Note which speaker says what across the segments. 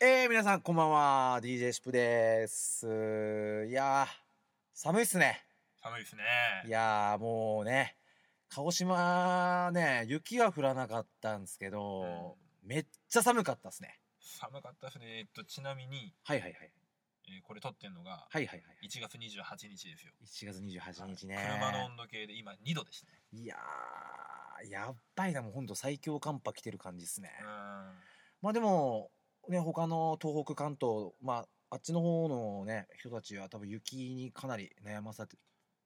Speaker 1: えー、皆さんこんばんは DJ シップですいやー寒いっすね
Speaker 2: 寒いですね。
Speaker 1: いやーもうね鹿児島ね雪は降らなかったんですけど、めっちゃ寒かったっすね
Speaker 2: 寒かったですね。えっと、ちなみに、
Speaker 1: はいはいはい
Speaker 2: えーこれ撮ってんのが、
Speaker 1: はいはいはい
Speaker 2: 1月28日ですよ。
Speaker 1: 1月28日ね
Speaker 2: 車の温度計で今2度ですね。
Speaker 1: いやーやっばいなもうほんと最強寒波来てる感じっすね、
Speaker 2: うん。
Speaker 1: まあでもね他の東北関東まああっちの方のね人たちは多分雪にかなり悩まされ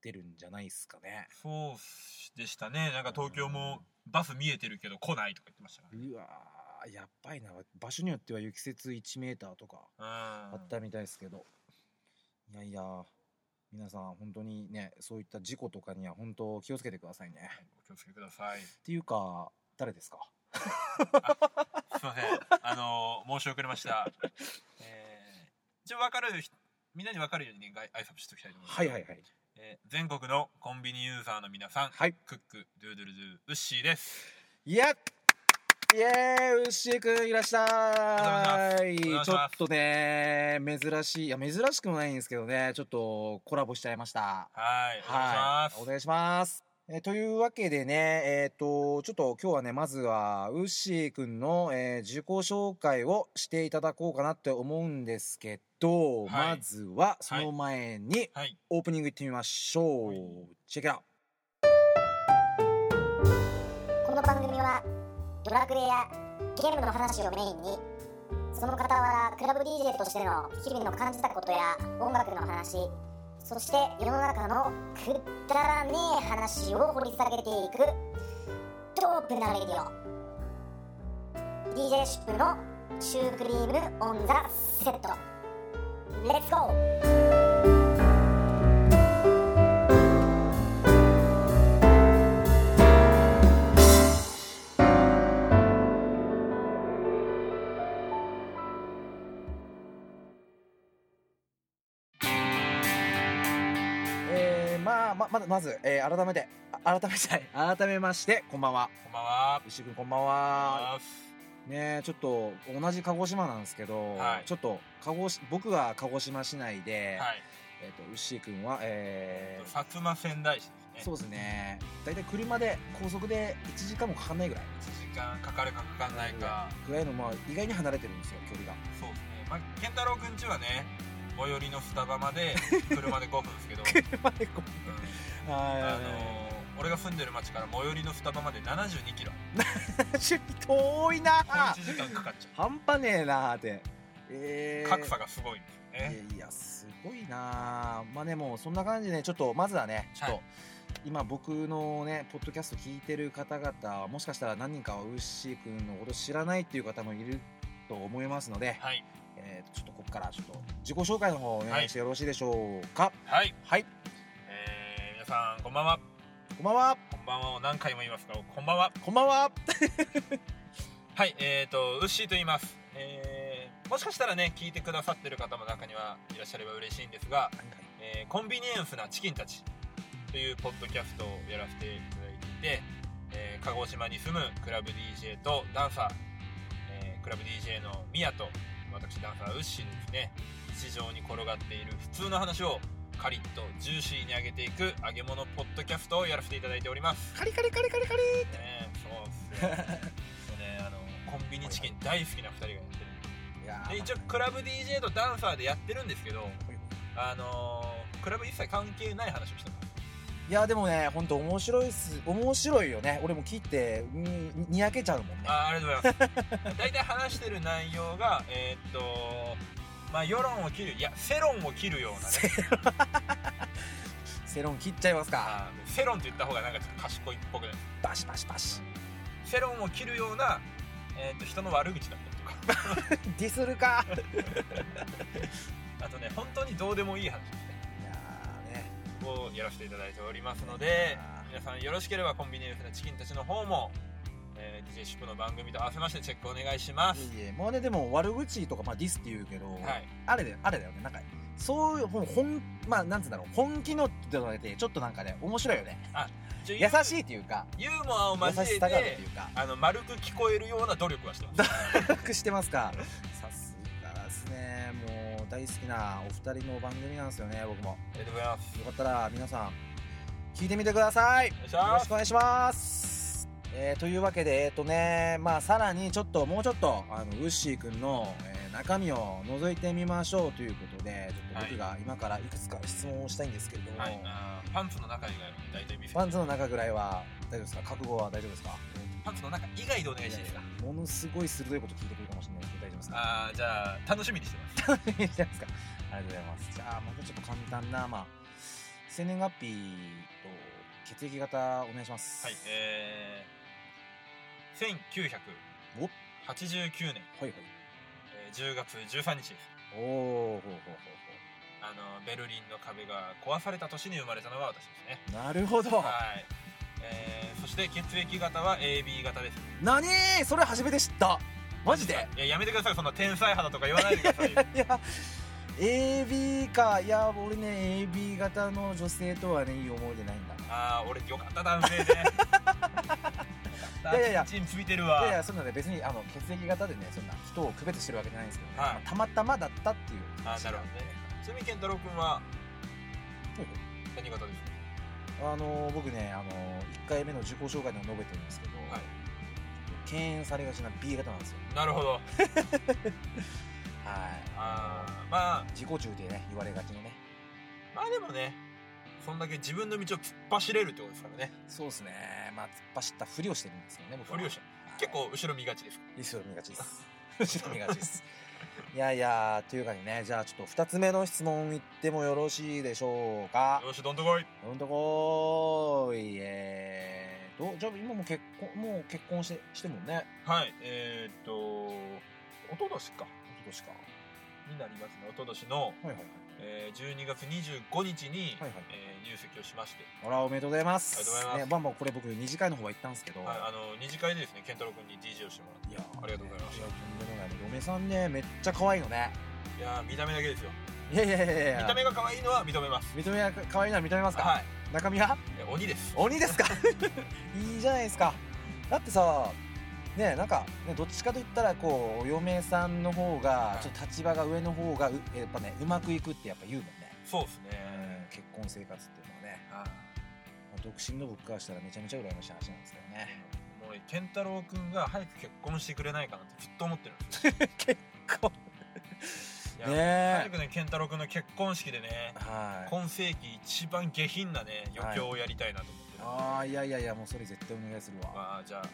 Speaker 1: てるんじゃないですかね
Speaker 2: そうでしたね。なんか東京もバス見えてるけど来ないとか言ってましたからね。
Speaker 1: うわーやっばいな場所によっては雪説1メーターとかあ
Speaker 2: あ
Speaker 1: ったみたいですけど、いやいや皆さん本当にねそういった事故とかには本当気をつけてくださいね
Speaker 2: お気をつけください。
Speaker 1: っていうか誰ですか
Speaker 2: す いません。あのー申し遅れました。えー、一応分かる人、みんなに分かるようにね、がい挨拶しておきたいと思います。
Speaker 1: はいはいはい
Speaker 2: えー全国のコンビニユーザーの皆さん、
Speaker 1: はい
Speaker 2: クック、ドゥードゥルドゥ、ウッシーです。
Speaker 1: いやイエーイ牛井くんいらっしゃい
Speaker 2: お願いします
Speaker 1: ちょっとね珍しいいや珍しくもないんですけどねちょっとコラボしちゃいました
Speaker 2: はい、お願いしま
Speaker 1: は
Speaker 2: す。
Speaker 1: いお願いしますえーというわけでねえっ、とちょっと今日はねまずはウッシーくんの、えー自己紹介をしていただこうかなって思うんですけど、
Speaker 2: は
Speaker 1: ま
Speaker 2: い
Speaker 1: ずはその前に、
Speaker 2: はい、
Speaker 1: オープニングいってみましょう、
Speaker 2: はい
Speaker 1: チェックアウト
Speaker 3: この番組はドラクエやゲームの話をメインにその傍らクラブ DJ としての日々の感じたことや音楽の話そして世の中のくだらねえ話を掘り下げていくドープなレディオ DJ シップのシュークリームオンザセットレッツゴー
Speaker 1: えー、まあままずまず、えー改めてあ改めちゃい改めましてこんばんは
Speaker 2: こんばんは。
Speaker 1: 石井君こんばんは
Speaker 2: あー
Speaker 1: ねえちょっと同じ鹿児島なんですけど、
Speaker 2: はい
Speaker 1: ちょっと鹿児僕は鹿児島市内で、
Speaker 2: はい、
Speaker 1: えっと牛井君は、えー
Speaker 2: 薩摩仙台市です
Speaker 1: そ
Speaker 2: ね。
Speaker 1: うですね大体車で高速で1時間もかかんないぐらい
Speaker 2: 1時間かかるかかかんないか。
Speaker 1: ぐらいの、まあ、意外に離れてるんですよ距 離が
Speaker 2: そうですね。まあ、健太郎くんちはね、最寄りのスタバ まで車で5分ですけど、
Speaker 1: 車でこう
Speaker 2: うんあ
Speaker 1: あ
Speaker 2: のー俺が住んでる町から最寄りのスタバまで72キロ。
Speaker 1: のー、遠いな
Speaker 2: これ1時間かかっちゃ
Speaker 1: 半端ねえなーってえ
Speaker 2: う。
Speaker 1: ー
Speaker 2: 格差がすごいんですよね。
Speaker 1: いやいやすごいなあまあねもうそんな感じでねちょっとまずはねちょっと、
Speaker 2: はい
Speaker 1: 今僕のねポッドキャスト聞いてる方々もしかしたら何人かはウッシーくんのこと知らないっていう方もいると思いますので、
Speaker 2: はい、
Speaker 1: えーちょっとここからちょっと自己紹介の方をお願いしてよろしいでしょうか
Speaker 2: はい、
Speaker 1: はい、
Speaker 2: えー皆さんこんばんは。
Speaker 1: こんばんは
Speaker 2: こんばんはを何回も言いますが、こんばんは。
Speaker 1: こんばんは
Speaker 2: はい、えっ、と、ウッシーと言います。えーもしかしたらね、聞いてくださってる方も中にはいらっしゃれば嬉しいんですが、えーコンビニエンスなチキンたちというポッドキャストをやらせていただいていて、えー鹿児島に住むクラブ DJ とダンサー、えークラブ DJ のミヤと私ダンサーウッシーのですね、市場に転がっている普通の話をカリッとジューシーに揚げていく揚げ物ポッドキャストをやらせていただいております。
Speaker 1: カリカリカリカリカリ
Speaker 2: ね、そうっすよそうねあのコンビニチキン大好きな2人がやって
Speaker 1: いや
Speaker 2: るで一応クラブ DJ とダンサーでやってるんですけどあのークラブ一切関係ない話をしてます
Speaker 1: いやでもね本当面白いっす面白いよね俺も聞いてうんにやけちゃうもんね
Speaker 2: あーありがとうございます 大体話してる内容がえーっとまあ世論を切るいや世論を切るような、ね、
Speaker 1: セロン切っちゃいますか
Speaker 2: あー世論って言った方がなんかちょっと賢いっぽくない
Speaker 1: バシバシバシ
Speaker 2: 世論を切るような、えーっと人の悪口だったりとか
Speaker 1: ディスるか
Speaker 2: あとね本当にどうでもいい話ですね
Speaker 1: いやーね
Speaker 2: をやらせていただいておりますので皆さんよろしければコンビニエンスなチキンたちの方も、えー、DJ シップの番組と合わせましてチェックお願いします、
Speaker 1: いえいえもうねでも悪口とか、まあ、ディスって言うけど、
Speaker 2: はい
Speaker 1: あれだよあれだよねなんかそういうほん本まあなんつうんだろう本気のって言われてちょっとなんかね面白いよね
Speaker 2: ちょ
Speaker 1: 優
Speaker 2: ユ
Speaker 1: しいっていうか
Speaker 2: ユーモアを
Speaker 1: 優
Speaker 2: 交
Speaker 1: し
Speaker 2: え
Speaker 1: さがあるって
Speaker 2: て
Speaker 1: いうか
Speaker 2: あの丸く聞こえるような努力はしてます
Speaker 1: 楽してますかさすが大好きなお二人の番組なんですよね僕も
Speaker 2: ありがとうございます
Speaker 1: よかったら皆さん聞いてみてくださいよ
Speaker 2: お願いし
Speaker 1: ろ
Speaker 2: ま
Speaker 1: し
Speaker 2: す
Speaker 1: くお願いしますえーというわけでえっ、とねまあさらにちょっともうちょっとあのウッシーくんの、えー中身を覗いてみましょうということでちょっと僕が今からいくつか質問をしたいんですけれども、
Speaker 2: はいあーパンツの中以外は大体見せて
Speaker 1: パンツの中ぐらいは大丈夫ですか覚悟は大丈夫ですか
Speaker 2: パンツの中以外でお願いしていいですか
Speaker 1: ものすごい鋭いこと聞いてくるかもしれないですけど大丈夫ですか
Speaker 2: あーじゃあ楽しみにしてます
Speaker 1: いいじゃないですか。ありがとうございます。じゃあ、またちょっと簡単な、まあ、生年月日と血液型お願いします。
Speaker 2: はいえ
Speaker 1: お、はい
Speaker 2: ー、1989年、
Speaker 1: はい。
Speaker 2: えー10月13日です
Speaker 1: おお、ほうほうほう
Speaker 2: あのベルリンの壁が壊された年に生まれたのは私ですね
Speaker 1: ほう。なるほど。
Speaker 2: はい、えー、そして血液型は AB 型です
Speaker 1: 何それ初めて知った。マジで
Speaker 2: いややめてくださいそんな天才肌とか言わないでくださいよ
Speaker 1: いや、AB か。いや、俺ね、AB 型の女性とはね、いい思い出ないんだ。
Speaker 2: ああ俺よかった 男性でよかった
Speaker 1: いやいやいや
Speaker 2: チンついてる
Speaker 1: いやい
Speaker 2: わ
Speaker 1: や、そんなね、別に、あの、血液型でね、そんな人を区別してるわけじゃないんですけどね。
Speaker 2: は
Speaker 1: ま
Speaker 2: い
Speaker 1: あたまたまだったっていう
Speaker 2: あ
Speaker 1: 話
Speaker 2: ーなるほどねちなみに健太郎君は
Speaker 1: ほうほう
Speaker 2: 何型ですか
Speaker 1: あの僕ね、あの1回目の受講障害でも述べてるんですけど、
Speaker 2: はい
Speaker 1: 敬遠されがちな B 型なんですよ。
Speaker 2: なるほど
Speaker 1: はい。
Speaker 2: あーまあ
Speaker 1: 自己中でね、言われがちのね。
Speaker 2: まあでもねそんだけ自分の道を突っ走れるってことですからね
Speaker 1: そうですね。まあ、突っ走ったふりをしてるんですけどね、僕は
Speaker 2: ふりをして
Speaker 1: はい
Speaker 2: 結構後ろ見がちです
Speaker 1: 後ろ見がちです。 後ろ見がちです。いやいや、というかにね、じゃあちょっと2つ目の質問いってもよろしいでしょうか。
Speaker 2: よしどんとこい
Speaker 1: ほんとこーい。えーと、じゃあ今もう結婚、もう結婚して、してもね、
Speaker 2: はいえー、っとおととしか
Speaker 1: 今年か。
Speaker 2: になりますねおととしの、
Speaker 1: はいはいはい。
Speaker 2: えー、12月25日に、
Speaker 1: はいはい
Speaker 2: えー入籍をしまして、
Speaker 1: ほら、おめでとうございます。
Speaker 2: ありがとうございます
Speaker 1: ね、バンバンこれ僕、二次会の方は行ったんですけど。
Speaker 2: はい、あの二次会でですね健太郎君に DJ をしてもらっ
Speaker 1: いや
Speaker 2: ありがとうございました
Speaker 1: やとんでもない。嫁さんね、めっちゃ可愛いのね。
Speaker 2: ていやー見た目だけですよ
Speaker 1: いやいやいやいや。
Speaker 2: 見た目が可愛いのは認めます
Speaker 1: 認めは可愛いのは認めますか、
Speaker 2: はい
Speaker 1: 中身は
Speaker 2: え鬼です
Speaker 1: 鬼です かいいじゃないですか。だってさ、ねなんか、ね、どっちかと言ったら、こう、お嫁さんの方が
Speaker 2: は、い
Speaker 1: ちょっと立場が上の方が、うやっぱね、うまくいくってやっぱ言うもんね。
Speaker 2: そうです
Speaker 1: うん
Speaker 2: ね
Speaker 1: 結婚生活っていうのはね、
Speaker 2: はい
Speaker 1: まあ独身の僕からしたらめちゃめちゃ羨ましい話なんですけどね。
Speaker 2: もうね健太郎君が早く結婚してくれないかなってずっと思ってるんですよ
Speaker 1: こ
Speaker 2: いうや
Speaker 1: ね
Speaker 2: 早
Speaker 1: え。
Speaker 2: くね健太郎君の結婚式でね
Speaker 1: はい。
Speaker 2: 今世紀一番下品なね余興をやりたいなと思ってる、
Speaker 1: ああいやいやいやもうそれ絶対お願いするわ、
Speaker 2: まあじゃあ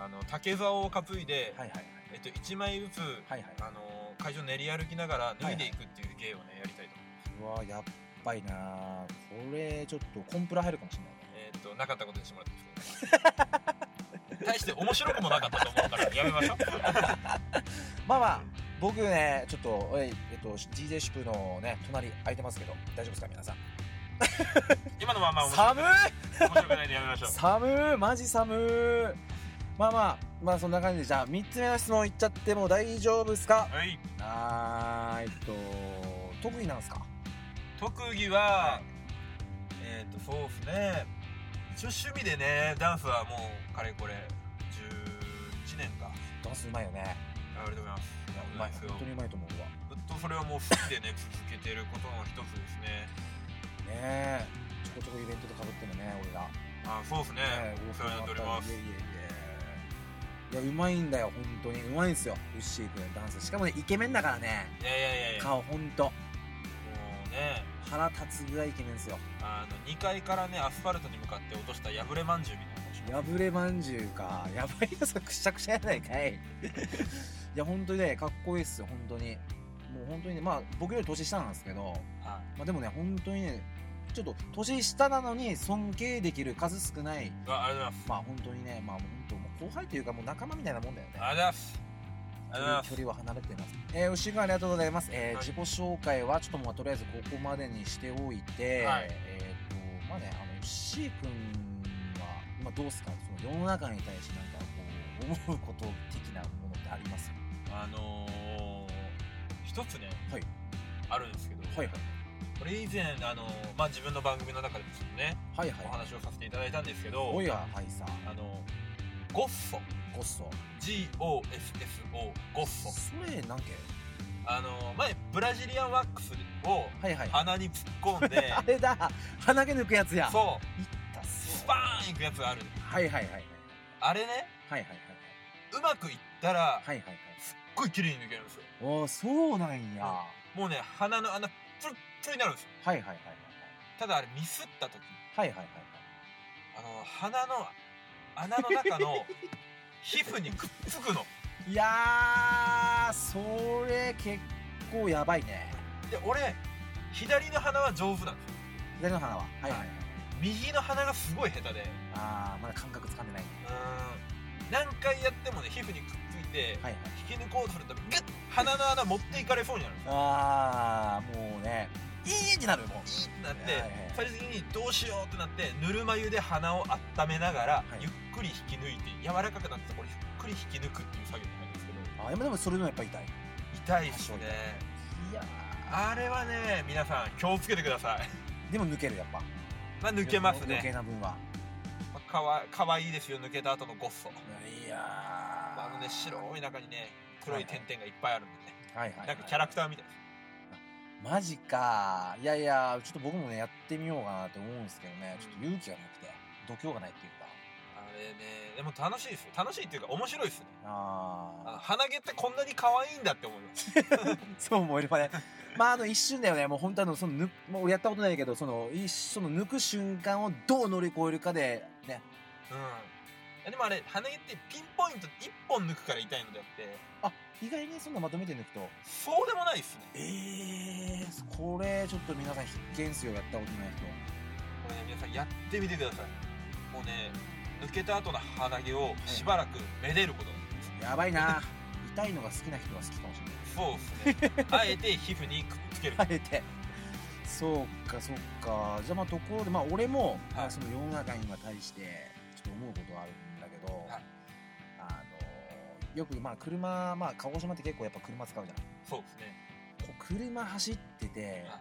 Speaker 2: あの竹竿を担いで、
Speaker 1: はいはいはい
Speaker 2: えっと、1枚ずつ、
Speaker 1: はいはい
Speaker 2: あの会場練り歩きながら脱いでいくっていう芸をねやりたいと思う
Speaker 1: うわやっばいなーこれちょっとコンプラ入るかもしれないね
Speaker 2: えーっとなかったことにしてもらってますけど 大して面白くもなかったと思うからやめましょう
Speaker 1: まあまあ僕ねちょっとええっと DJ シュプのね隣空いてますけど大丈夫ですか皆さん
Speaker 2: 今のまま面白
Speaker 1: 寒い
Speaker 2: くない面白くないでやめましょう
Speaker 1: 寒いマジ寒いまあまあまあそんな感じでじゃあ3つ目の質問いっちゃっても大丈夫ですか
Speaker 2: はい
Speaker 1: はーいえっと特技なんですか
Speaker 2: 特技はえーっとそうですね一応趣味でねダンスはもうかれこれ11年か
Speaker 1: ダンスうまいよね
Speaker 2: ありがとうございます
Speaker 1: いやうまい本当にうまいと思うわね
Speaker 2: ずっとそれはもう好きでね続けてることの一つですね
Speaker 1: えちょこちょこイベントでかぶってもね俺ら
Speaker 2: あそうですね
Speaker 1: ね
Speaker 2: お世話になっております
Speaker 1: いえいえいえいやうまいんだよ本当にうまいんですよウッシー君のダンスしかもねイケメンだからね
Speaker 2: いやいやいやいや
Speaker 1: 顔
Speaker 2: も
Speaker 1: 本当
Speaker 2: うね
Speaker 1: 腹立つぐらいイケメンですよ
Speaker 2: あの2階からねアスファルトに向かって落とした破れまんじゅうみたいなのをします
Speaker 1: 破れまんじゅうかやばいよそれくしゃくしゃやないかいいや本当にねかっこいいっすよ本当にもう本当にねまあ僕より年下なんですけど、
Speaker 2: は
Speaker 1: まあ、でもね本当にねちょっと年下なのに尊敬できる数少ない
Speaker 2: いわありがとうございます
Speaker 1: まあ本当にねまあ本当もう後輩というかもう仲間みたいなもんだよね
Speaker 2: ありがとうございますありがとうございます
Speaker 1: 距離は離れています。えー、牛君ありがとうございます。えー
Speaker 2: はい
Speaker 1: 自己紹介はちょっともうとりあえずここまでにしておいて、
Speaker 2: はい
Speaker 1: えっ、と、まあね、あの、牛君は、まあどうですかその世の中に対してなんかこう、思うこと的なものってあります
Speaker 2: あのー、一つね、
Speaker 1: はい
Speaker 2: あるんですけど、
Speaker 1: はいはい
Speaker 2: これ以前、あのーまあ、自分の番組の中でちょっとね、
Speaker 1: はいは
Speaker 2: お
Speaker 1: い。
Speaker 2: 話をさせていただいたんですけど、
Speaker 1: おや、はいさ、
Speaker 2: あのーゴッソ
Speaker 1: ごっそ。
Speaker 2: GOSSO ゴッソ
Speaker 1: それ、なんけ
Speaker 2: ああの前ブラジリアンワックスを
Speaker 1: はいはい。
Speaker 2: 鼻に突っ込 んで
Speaker 1: あれだ鼻毛抜くやつや。
Speaker 2: そう
Speaker 1: いったっす
Speaker 2: スパーンいくやつがある
Speaker 1: はいはいはいはい。
Speaker 2: あれね
Speaker 1: はいはいはいう
Speaker 2: まくいったらす
Speaker 1: はい。はいはいはい。
Speaker 2: っごい綺麗に抜けるんですよ
Speaker 1: おーそうなんや。は
Speaker 2: もうね鼻の穴プルップルになるんですよ
Speaker 1: いはいはいはい。
Speaker 2: ただあれミスった時
Speaker 1: はいはいはい
Speaker 2: あの鼻の穴の 中の皮膚にくっつくの
Speaker 1: はい。いやー、それ結構やばいね。
Speaker 2: で俺左の鼻は丈夫なんですよ
Speaker 1: 左の鼻は。はいはいはい。
Speaker 2: 右の鼻がすごい下手で
Speaker 1: あー、まだ感覚つかんでないね。
Speaker 2: うーん何回やってもね皮膚にくっついて
Speaker 1: はいはい。
Speaker 2: 引き抜こうとするとグッ鼻の穴持っていかれそうになるんですよ
Speaker 1: あー、もうね、いいになるもう。
Speaker 2: いいってなっ
Speaker 1: はいはい
Speaker 2: て最終的にどうしようってなってぬるま湯で鼻を温めながら、
Speaker 1: い
Speaker 2: ゆっくり引き抜いて柔らかくなったところゆっくり引き抜くっていう作業になるんですけど
Speaker 1: あ、でもでもそれでもやっぱ痛い。
Speaker 2: 痛いっすね
Speaker 1: いや
Speaker 2: あれはね皆さん気をつけてください
Speaker 1: ー。でも抜けるやっぱ。
Speaker 2: まあ抜けます
Speaker 1: 余計
Speaker 2: ね、
Speaker 1: な分は。
Speaker 2: まあ、かわかわいいですよ抜けた後のゴッソ
Speaker 1: いやー。
Speaker 2: あのね白い中にね黒い点々がいっぱいあるんでね、
Speaker 1: はいはいはい。
Speaker 2: なんかキャラクターみたい
Speaker 1: マジか。いやいや、ちょっと僕もね、やってみようかなって思うんですけどね、ちょっと勇気がなくて、度胸がないっていうか。
Speaker 2: あれねでも楽しいですよ楽しいっていうか面白いですねあの
Speaker 1: ああ。
Speaker 2: 鼻毛ってこんなに可愛いんだって思います
Speaker 1: そう思えればね。 まあ、あの、一瞬だよね。もう本当あの、その、ぬもう俺やったことないけど、その、一その抜く瞬間をどう乗り越えるかで、ね。
Speaker 2: うんいやでもあれ鼻毛ってピンポイント1本抜くから痛いのであって
Speaker 1: 意外にそんなまとめて抜くと。
Speaker 2: そうでもないっすね
Speaker 1: ええー、これ、ちょっと皆さん必見っすよ。やったことない人。
Speaker 2: これね皆さんやってみてくださいもうね抜けた後の鼻毛をしばらくめでること、
Speaker 1: やばい な。痛いのが好きな人は好きかもしれない。
Speaker 2: そうですねあえて皮膚にくっつける
Speaker 1: あえてそうかそうかじゃあまあところでまあ俺も、
Speaker 2: はい
Speaker 1: まあその世の中には対してちょっと思うことはあるんだけど、
Speaker 2: はい
Speaker 1: あのよくまあ車まあ鹿児島って結構やっぱ車使うじゃない
Speaker 2: そうですね
Speaker 1: こう車走ってて
Speaker 2: は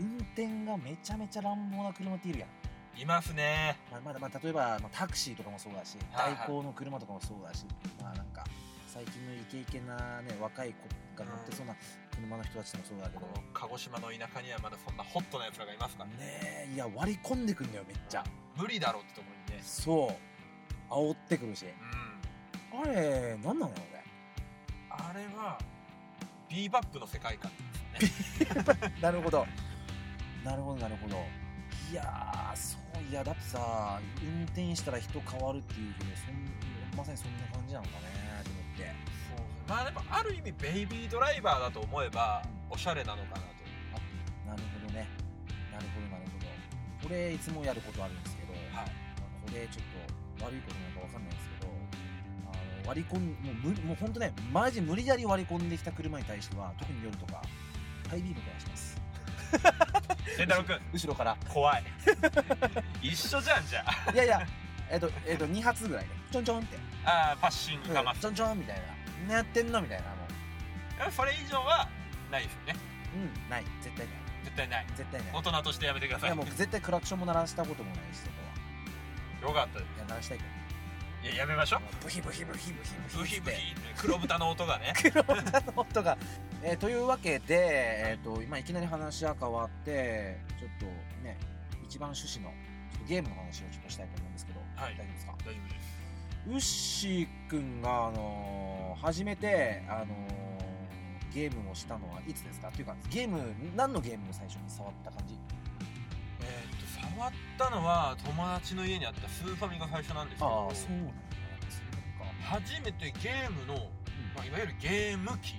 Speaker 1: 運転がめちゃめちゃ乱暴な車っているやん、
Speaker 2: いますね
Speaker 1: まあ、まだまあ例えば、まあ、タクシーとかもそうだし
Speaker 2: はいはい
Speaker 1: 代行の車とかもそうだし、まあなんか最近のイケイケなね若い子が乗ってそうな車の人たちもそうだけ
Speaker 2: こ
Speaker 1: ど、
Speaker 2: の鹿児島の田舎にはまだそんなホットな奴らがいますからね
Speaker 1: ねえいや割り込んでくんだよめっちゃ
Speaker 2: 無理だろうってところにね
Speaker 1: そう煽ってくるし
Speaker 2: うん
Speaker 1: あれ何なのよ
Speaker 2: あれはビーバップの世界観ですよね
Speaker 1: 俺なるほどなるほどなるほどいやーそういやだってさ運転したら人変わるっていうけどそんまさにそんな感じなのかねと思って
Speaker 2: まあでもある意味ベイビードライバーだと思えばおしゃれなのかなと
Speaker 1: なるほどねなるほどなるほどこれいつもやることあるんですけど、
Speaker 2: はい
Speaker 1: まあこれちょっと悪いことなのかわかんないんですけどあの割り込んもう無理もう本当ねマジ無理やり割り込んできた車に対しては特に夜とかハイビームとかします
Speaker 2: 健太郎 君
Speaker 1: 後ろから
Speaker 2: 怖 い一緒じゃんじゃ
Speaker 1: いやいやえっとえっと2発ぐらいでちょんちょんって、
Speaker 2: ああーパッシングかま
Speaker 1: うん、
Speaker 2: す
Speaker 1: ちょんちょんみたいな何やってんのみたいなも
Speaker 2: それ以上はないですよね
Speaker 1: ううんない絶対ない
Speaker 2: 絶対ない
Speaker 1: 絶対な
Speaker 2: 大
Speaker 1: い
Speaker 2: 人としてやめてくだ
Speaker 1: い
Speaker 2: さい
Speaker 1: やもう絶対クラクションも鳴らしたこともないしとか
Speaker 2: よかったで
Speaker 1: いや鳴らしたいけ
Speaker 2: すいややめましょ
Speaker 1: どブヒブヒブヒブヒ
Speaker 2: う
Speaker 1: ブ
Speaker 2: ブ
Speaker 1: ヒ
Speaker 2: ヒ
Speaker 1: ブ
Speaker 2: ブ
Speaker 1: ヒ
Speaker 2: ヒって黒豚の音がね
Speaker 1: 歌の音が、えーというわけで、えー、と今いきなり話は変わってちょっとね一番趣旨のちょっとゲームの話をちょっとしたいと思うんですけど、
Speaker 2: はい
Speaker 1: 大丈夫ですか
Speaker 2: 大丈夫です
Speaker 1: ウッシーくんが、あのー初めて、あのーゲームをしたのはいつですかっていうかゲーム何のゲームを最初に触った感じ
Speaker 2: えーっと触ったのは友達の家にあったスーファミが最初なんですけど
Speaker 1: そうなんだそうか
Speaker 2: 初めてゲームの、
Speaker 1: うん
Speaker 2: まあ、いわゆるゲーム機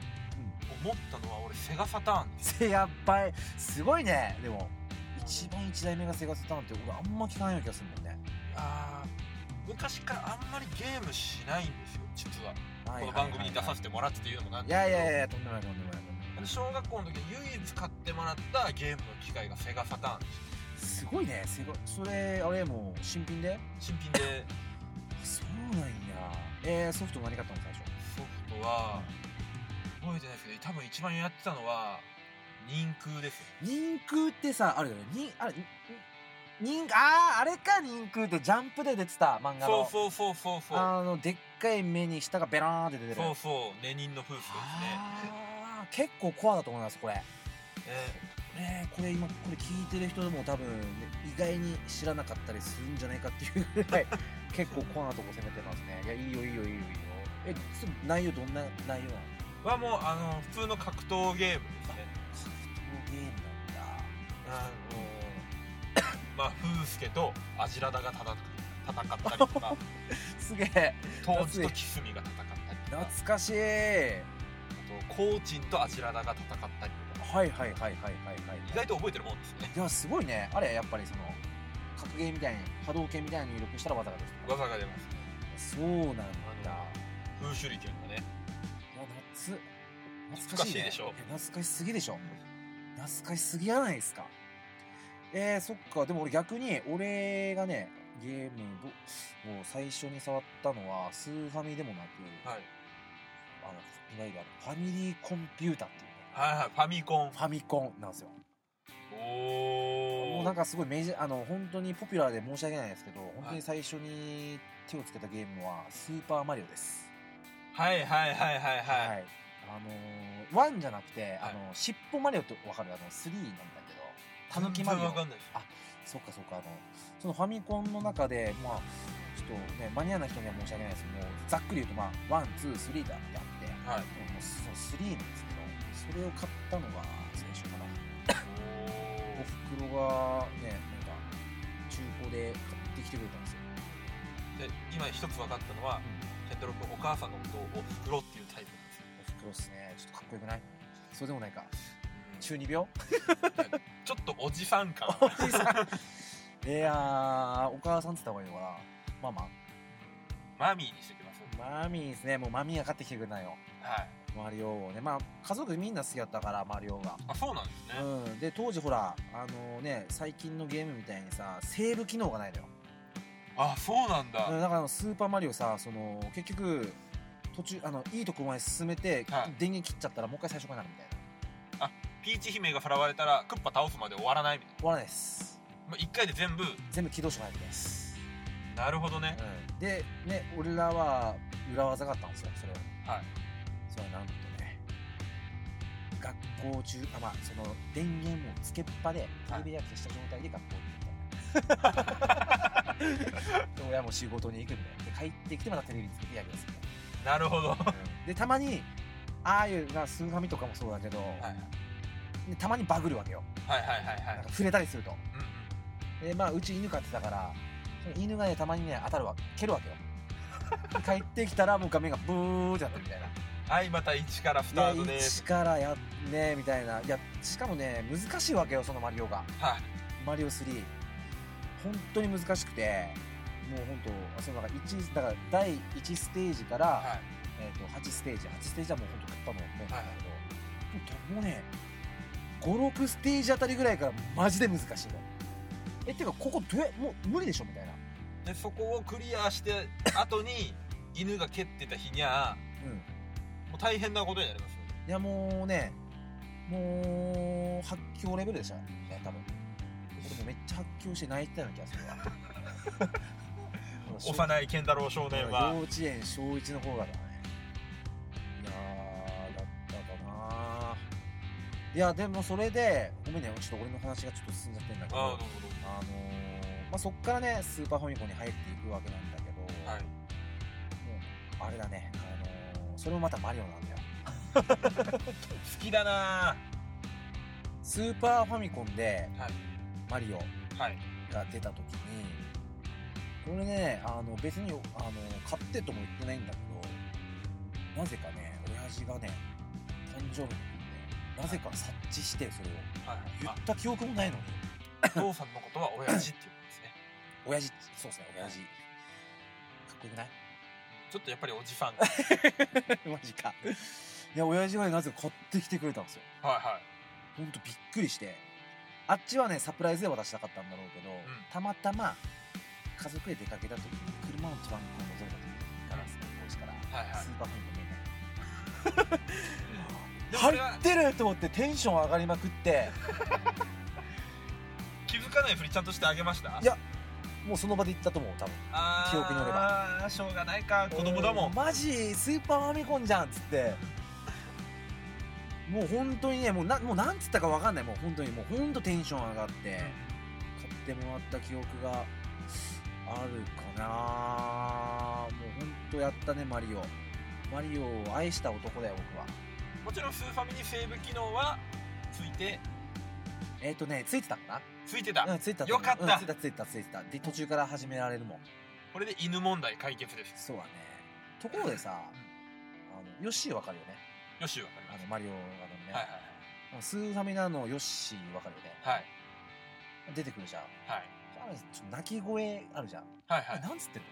Speaker 2: を持ったのは俺セガサターンです
Speaker 1: せやっばいすごいねでも一番一代目がセガサターンって俺あんま聞かないような気がするもんね
Speaker 2: あー昔からあんまりゲームしないんですよ実は
Speaker 1: は
Speaker 2: こ
Speaker 1: い
Speaker 2: の
Speaker 1: はいはいはい
Speaker 2: 番組に出させてもらってというのもなん
Speaker 1: い
Speaker 2: です
Speaker 1: や
Speaker 2: け
Speaker 1: い
Speaker 2: ど
Speaker 1: やいやとんでもないとんでもないとんでもない
Speaker 2: あの小学校の時に唯一買ってもらったゲームの機械がセガサターンです
Speaker 1: ごいねすごいそれあれもう新品で
Speaker 2: す新品で
Speaker 1: そうなんやえー、ソフト何買ったの最初
Speaker 2: ソフトは覚えてないですけど多分一番やってたのは人空ですよ
Speaker 1: 人空ってさあれだよね人あれ人あーあれか人空ってジャンプで出てた漫画
Speaker 2: そう
Speaker 1: の
Speaker 2: そうそうそうそう
Speaker 1: あのでっかい目に下がベラーンって出てる
Speaker 2: そうそう「レニンの夫婦」ですね
Speaker 1: ああ結構コアだと思いますこれ
Speaker 2: え
Speaker 1: ねこれ今これ聞いてる人でも多分ね、意外に知らなかったりするんじゃないかっていうぐら い結構コアなとこ攻めてますねいやいいよいいよいいよいいよえそ内容どんな内容なの
Speaker 2: ーはもうあの普通の格闘ゲームですね
Speaker 1: 格闘ゲームなんだ
Speaker 2: あのまあ風介とアジラダが戦戦った りとか
Speaker 1: すげえ
Speaker 2: 当時とキスミが戦ったりとか
Speaker 1: 懐かしいは
Speaker 2: あとコーチンとアジラダが戦ったりとか
Speaker 1: いはいはいはいはいはい
Speaker 2: 意外と覚えてるもんですね
Speaker 1: いやすごいねあれやっぱりその格ゲーみたいに波動拳みたいに入力したら技が出てくる
Speaker 2: 技が出ます
Speaker 1: そう
Speaker 2: ね
Speaker 1: なんだいや
Speaker 2: 風手裏剣がね
Speaker 1: 夏懐
Speaker 2: 懐
Speaker 1: か
Speaker 2: か
Speaker 1: し
Speaker 2: し
Speaker 1: い,、
Speaker 2: い
Speaker 1: ね、
Speaker 2: でしょ
Speaker 1: え懐かしすぎでしょ懐かしすぎやないですかえー、そっかでも俺逆に俺がねゲームどもう最初に触ったのはスーファミでもなく、
Speaker 2: はい
Speaker 1: あのいわゆるあのファミリーコンピュータっていう
Speaker 2: はいはいファミコン
Speaker 1: ファミコンなんですよも
Speaker 2: お
Speaker 1: う
Speaker 2: お
Speaker 1: なんかすごいメジャーあの本当にポピュラーで申し訳ないですけど本当
Speaker 2: は
Speaker 1: に
Speaker 2: い
Speaker 1: 最初に手をつけたゲームは「スーパーマリオ」です
Speaker 2: はいはいは
Speaker 1: はい、
Speaker 2: いはいはい
Speaker 1: あのー、ワンじゃなくて、
Speaker 2: はい
Speaker 1: あの尻尾マリオってわかるあの3なんだけどたぬきマリオ
Speaker 2: 全然わかんないです
Speaker 1: あそうかそうかあのそのファミコンの中でまあちょっとねマニアな人には申し訳ないですけどもうざっくり言うとまあワンツースリーだってあっても
Speaker 2: はいう
Speaker 1: その3なんですけどそれを買ったのが最初かなおふくろがねなんか中古で買ってきてくれたんですよ、
Speaker 2: おーで今一つ分かったのはケントロ君お母さんのことをおふくろっていうタイプなんですよ
Speaker 1: おふくろっすねちょっとかっこよくないそうでもないか
Speaker 2: うん
Speaker 1: 中二病
Speaker 2: ちょっとおじさん感
Speaker 1: お じさん いやーお母さんって言った方がいいのかなママ
Speaker 2: マミーにしてきます
Speaker 1: マミーですねもうマミーが買ってきてくれたんよ
Speaker 2: はい
Speaker 1: マリオをねまあ家族みんな好きやったからマリオが
Speaker 2: あそうなんですね、
Speaker 1: うんで当時ほらあのね最近のゲームみたいにさセーブ機能がないのよ
Speaker 2: あそうなんだ、
Speaker 1: うんだからあのスーパーマリオさその結局途中あのいいとこまで進めて、
Speaker 2: はい
Speaker 1: 電源切っちゃったらもう一回最初からなるみたいな
Speaker 2: ピーチ姫がさらわれたらクッパ倒すまで終わらないみたい
Speaker 1: 終わらないです
Speaker 2: な、まあ、1回で全部
Speaker 1: 全部起動しかないです、
Speaker 2: なるほどね、
Speaker 1: でね俺らは裏技があったんですよそれを
Speaker 2: はい
Speaker 1: それはなんとね学校中あまあその電源をつけっぱでテレビ焼きした状態で学校に行ったいなで 親も仕事に行くんでで帰ってきてまたテレビつけてやりますみたいな
Speaker 2: なるほど、
Speaker 1: でたまにああいうなスーファミとかもそうだけど、
Speaker 2: はい、
Speaker 1: でたまにバグるわけよ
Speaker 2: はいはいはいは
Speaker 1: なん
Speaker 2: い
Speaker 1: か触れたりすると
Speaker 2: うんうん
Speaker 1: でまあうち犬飼ってたからその犬がねたまにね当たるわけ蹴るわ けよ帰ってきたらもう画面がブーってなってるみたいな
Speaker 2: はいまた一からスタート
Speaker 1: で
Speaker 2: です
Speaker 1: 一からやっねみたいないやしかもね難しいわけよそのマリオが
Speaker 2: はい
Speaker 1: マリオ3本当に難しくてもう本当そのなんか1だから第1ステージから、
Speaker 2: はい
Speaker 1: えー、と8ステージ8ステージはもう本当食ったのもんなんだけど、もうね56ステージあたりぐらいからマジで難しいのえっていうかここどうやもう無理でしょみたいな
Speaker 2: でそこをクリアして後に犬が蹴ってた日にゃ
Speaker 1: うん
Speaker 2: もう大変なことになりますよね
Speaker 1: いやもうねもう発狂レベルでしたね多分俺もめっちゃ発狂して泣いてたような気がするわ
Speaker 2: 幼い健太郎少年は
Speaker 1: 幼稚園小一の頃だからねいやーだったかないやでもそれでごめんねちょっと俺の話がちょっと進んじゃってんだけど
Speaker 2: ああどうぞ
Speaker 1: あのーまあ、そっからねスーパーファミコンに入っていくわけなんだけ
Speaker 2: どう
Speaker 1: ど、
Speaker 2: ぞはい
Speaker 1: あれだね、あのーそれもまたマリオなんだよ
Speaker 2: 好きだな
Speaker 1: スーパーファミコンで
Speaker 2: はい
Speaker 1: マリオ
Speaker 2: はい
Speaker 1: が出た時にこれねあの別にあの買ってとも言ってないんだけどなぜかね親父がね誕生日の時にねなぜか察知してそれを
Speaker 2: はい
Speaker 1: 言
Speaker 2: あ
Speaker 1: った記憶もないのに
Speaker 2: お父さんのことは親父って言うん
Speaker 1: 親
Speaker 2: ですね
Speaker 1: 父そうですね親父かっこよくない
Speaker 2: ちょっとやっぱりおじさんは い
Speaker 1: マジかいや親父がねなぜか買ってきてくれたんですよ
Speaker 2: は
Speaker 1: ほんとびっくりしてあっちはねサプライズで渡したかったんだろうけど、たまたま家族で出かけた時に車のトランクを覗いた時にガラスの格子から
Speaker 2: いはいはい
Speaker 1: スーパーファミコン見えた
Speaker 2: でもそれは
Speaker 1: 入ってると思ってテンション上がりまくって
Speaker 2: 気づかないふりちゃんとしてあげました
Speaker 1: いやもうその場で行ったと思う多分
Speaker 2: あー
Speaker 1: 記憶によれば
Speaker 2: あーしょうがないか子供だもん
Speaker 1: うマジスーパーファミコンじゃんっつってもう本当にねもうなもうなんつったかわかんないもう本当にもう本当テンション上がって買ってもらった記憶があるかなもう本当やったねマリオマリオを愛した男だよ僕は
Speaker 2: もちろんスーファミにセーブ機能はついて
Speaker 1: えっ、とねついてたか
Speaker 2: ついて
Speaker 1: な
Speaker 2: た
Speaker 1: うんついてた
Speaker 2: よかった
Speaker 1: うんついてたついてたついてたで途中から始められるもん
Speaker 2: これで犬問題解決です
Speaker 1: そうだねところでさあのヨッシーわかるよね
Speaker 2: よしわかりま
Speaker 1: あ
Speaker 2: す
Speaker 1: のマリオあのね、
Speaker 2: はい
Speaker 1: スーファミナのヨッシーわかるよね
Speaker 2: はいはい
Speaker 1: 出てくるじゃん
Speaker 2: はい
Speaker 1: あれちょっと鳴き声あるじゃん、
Speaker 2: はいはい
Speaker 1: あ
Speaker 2: は
Speaker 1: れ
Speaker 2: い
Speaker 1: なんつってんの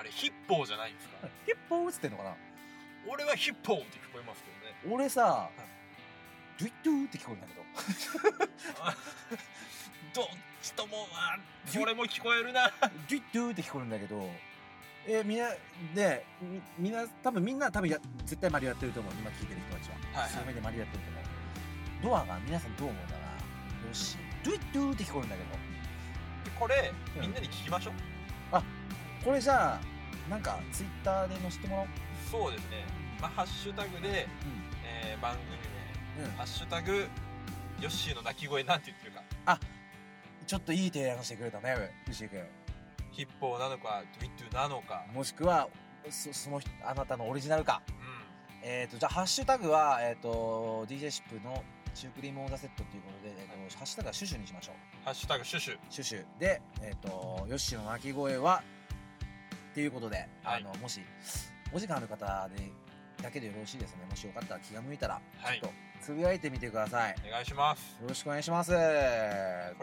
Speaker 2: あれヒッポーじゃないんですか
Speaker 1: あれヒッポーつってんのかな
Speaker 2: 俺はヒッポーって聞こえますけどね
Speaker 1: 俺さ、ドゥイッドゥって聞こえるんだけど
Speaker 2: どっちともあこれも聞こえるな
Speaker 1: ドゥイッドゥって聞こえるんだけどえー、みんなでみみんな多分みんな多分や絶対マリオやってると思う今聞いてる人たちは、
Speaker 2: はいはい
Speaker 1: 数名でマリオやってると思うドアが皆さんどう思うかなよしドゥイッドゥって聞こえるんだけど
Speaker 2: これ
Speaker 1: うん
Speaker 2: みんなに聞きましょう
Speaker 1: これじゃあなんかツイッターで載せてもらおう
Speaker 2: そうですねまあハッシュタグで、えー番組名
Speaker 1: うん、うん、
Speaker 2: ハッシュタグヨッシーの鳴き声なんて言ってるか
Speaker 1: ちょっといい提案してくれたね牛井君
Speaker 2: ヒッポーなのかドゥイッドゥなのか
Speaker 1: もしくはそその人あなたのオリジナルか
Speaker 2: う
Speaker 1: えー、とじゃあハッシュタグは、えー、と DJ シップのシュークリームオーダーセットということで、えーとハッシュタグはシュシュにしましょうん
Speaker 2: ハッシュタグシュシュ
Speaker 1: シュシュで、えー、とヨッシーの鳴き声はっていうことで、
Speaker 2: は
Speaker 1: あ
Speaker 2: い
Speaker 1: のもしお時間ある方でだけでよろしいですねもしよかったら気が向いたら
Speaker 2: はい
Speaker 1: ちょっとつぶやいてみてくださいよ
Speaker 2: お願いします
Speaker 1: ろしくお願いします
Speaker 2: こ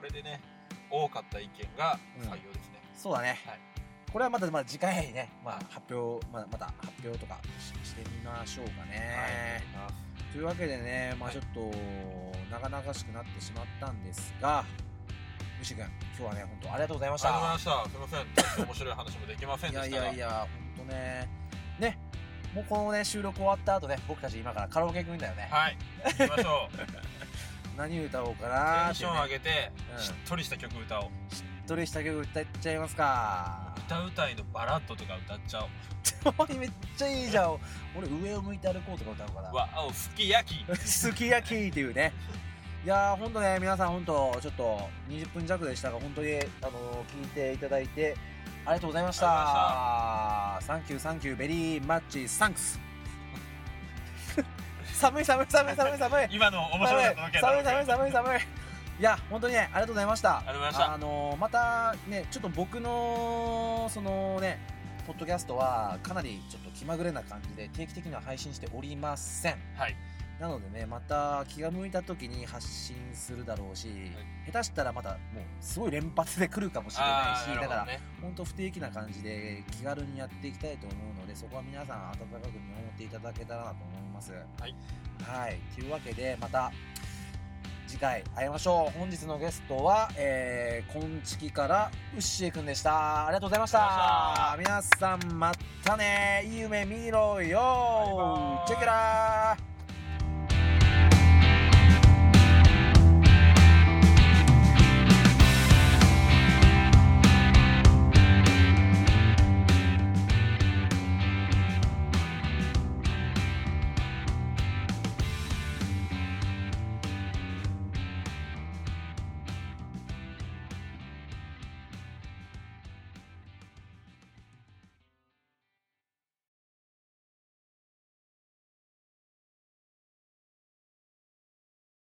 Speaker 2: れでね多かった意見が
Speaker 1: うん
Speaker 2: 採用ですね、
Speaker 1: そうだね、
Speaker 2: はい
Speaker 1: これはまたまあ次回ね、まあ
Speaker 2: はい、
Speaker 1: 発表、まあ、また発表とかししてみましょうかね、
Speaker 2: はい
Speaker 1: というわけでね、まあ、
Speaker 2: はい
Speaker 1: ちょっと長々しくなってしまったんですが、牛君、今日はね、本当ありがとうございまし
Speaker 2: ありがとうござい
Speaker 1: た。
Speaker 2: ましたすいません面白い話もできません
Speaker 1: い
Speaker 2: で
Speaker 1: や
Speaker 2: し
Speaker 1: い
Speaker 2: たが
Speaker 1: やいや、本当ね、ね、もうこのね、収録終わった後ね、僕たち今からカラオケ行くんだよね。
Speaker 2: はい行きましょ うテ
Speaker 1: 何歌おうかなー
Speaker 2: ン
Speaker 1: って
Speaker 2: シ
Speaker 1: い
Speaker 2: ョ
Speaker 1: う
Speaker 2: ン上
Speaker 1: ね、
Speaker 2: げて、
Speaker 1: うん
Speaker 2: しっとりした曲歌おう
Speaker 1: どれした曲歌っちゃいますか。
Speaker 2: 歌うたいのバラッドとか歌っちゃおう
Speaker 1: おいめっちゃいいじゃん。俺、上を向いて歩こうとか歌おうかな。
Speaker 2: わお好き焼き
Speaker 1: すき焼きっていうね。いやー、ほんとね、皆さんほんと、ちょっと20分弱でしたが、本当に、あのー聞いていただいて、ありがとうございました。サンキュー、サンキュー、ベリーマッチ、サンクス。 寒い、寒い、寒い、寒い、寒い。
Speaker 2: 今の面白かっただけ
Speaker 1: 寒い、寒い、寒い、寒い。いや、本当にね、ありがとうございました。あ
Speaker 2: りがとうございました
Speaker 1: のーまたね、ちょっと僕の、そのね、ポッドキャストは、かなりちょっと気まぐれな感じで、定期的には配信しておりません。
Speaker 2: はい
Speaker 1: なのでね、また気が向いた時に発信するだろうし、下手したらまたもうすごい連発で来るかもしれな
Speaker 2: あ
Speaker 1: い
Speaker 2: ー
Speaker 1: し、
Speaker 2: な
Speaker 1: だ
Speaker 2: る
Speaker 1: か
Speaker 2: ほど
Speaker 1: ら
Speaker 2: ね。
Speaker 1: 本当不定期な感じで気軽にやっていきたいと思うので、そこは皆さん温かく見守っていただけたらなと思います。はいはい。というわけで、また次回会いましょう。本日のゲストは、えー、こんちきからうっしーくんでした。ありがとうございました
Speaker 2: あ。
Speaker 1: 皆さんまたね。いい夢見ろよ。
Speaker 2: バイバイ
Speaker 1: チェケラー